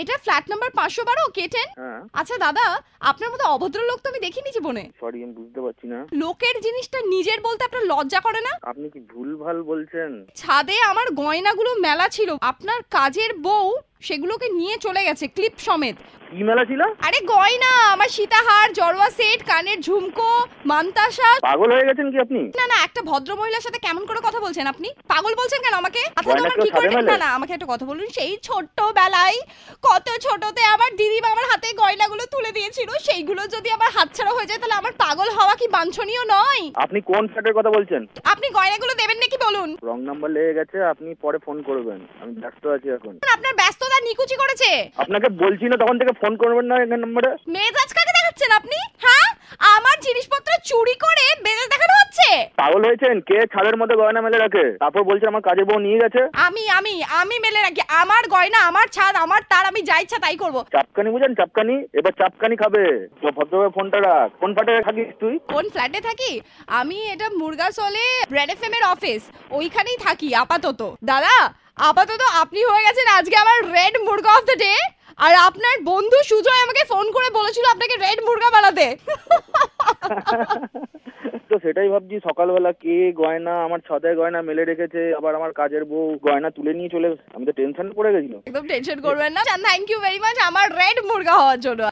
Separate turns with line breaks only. এটা flat number পাঁচশো বারো কেটেন
হ্যাঁ
আচ্ছা দাদা আপনার মতো অভদ্র লোক তো আমি দেখিনি জীবনে
সরি আমি বুঝতে পারছি না
লোকের জিনিসটা নিজের বলতে আপনার লজ্জা করে না
আপনি কি ভুলভাল বলছেন
ছাদে আমার গয়নাগুলো মেলা ছিল আপনার কাজের বউ সেগুলোকে নিয়ে চলে গেছে ক্লিপ সমেত
কি মেলা ছিল
আরে গয়না আমার সীতাহার জরোয়া সেট কানের ঝুমকো মান্তাসা
পাগল হয়ে গেছেন কি আপনি
না না একটা ভদ্র মহিলার সাথে কেমন করে কথা বলছেন আপনি পাগল বলছেন কেন আমাকে আচ্ছা
গয়না
তোমার
কেউ
কি করে
সাদা মেলে?
না না আমাকে একটা কথা বলুন সেই ছোট্টবেলায় কত ছোটতে আমার দিদি আমার হাতে গয়নাগুলো তুলে দিয়েছিল সেইগুলো যদি আমার হাতছাড়া হয়ে যায় তাহলে আমার পাগল হওয়া কি বাঞ্ছনীয় নয়
আপনি কোন ফ্ল্যাটের কথা বলছেন
আপনি গয়নাগুলো দেবেন নাকি বলুন
রং নাম্বার লেগে গেছে আপনি পরে ফোন করবেন আমি ব্যস্ত আছি এখন
আপনার ব্যস্ততা নিকুচি করেছে
আপনাকে বলছি না তখন থেকে ফোন করবেন না এখান নম্বরে
মেজাজ কাকে দেখাচ্ছেন আপনি হ্যাঁ আমার জিনিসপত্র চুরি করে বেজাল দেখানো হচ্ছে
পাগল হয়েছেন কে ছাদের মধ্যে গয়না মেলে রাখে তারপর বলছেন আমার কাজের বউ নিয়ে গেছে
আমি আমি আমি মেলে রাখি আমার গয়না আমার ছাদ আমার তার আমি যা ইচ্ছা তাই করব
চাপকানি বুঝেন চাপকানি এবার চাপকানি খাবে তো ভদ্রভাবে ফোনটা রাখ ফোন ফাটে থাকিস তুই
কোন ফ্ল্যাটে থাকি আমি এটা মুরগাসলে ব্র্যাড এফ এর অফিস ওইখানেই থাকি আপাতত দাদা আপাতত আপনি হয়ে গেছেন আজকে আমার red Murga of the day আর আপনার বন্ধু সুজয় আমাকে ফোন করে বলেছিল আপনাকে রেড মুরগা বানাতে
তো সেটাই ভাবছি সকালবেলা কে গয়না আমার ছাদে গয়না মেলে রেখেছে আবার আমার কাজের বউ গয়না তুলে নিয়ে চলে গেছে। আমি তো টেনশন পড়ে গেছিল
একদম টেনশন করবেন আচ্ছা, না থ্যাংক ইউ ভেরি মাচ আমার রেড মুরগা হওয়ার জন্য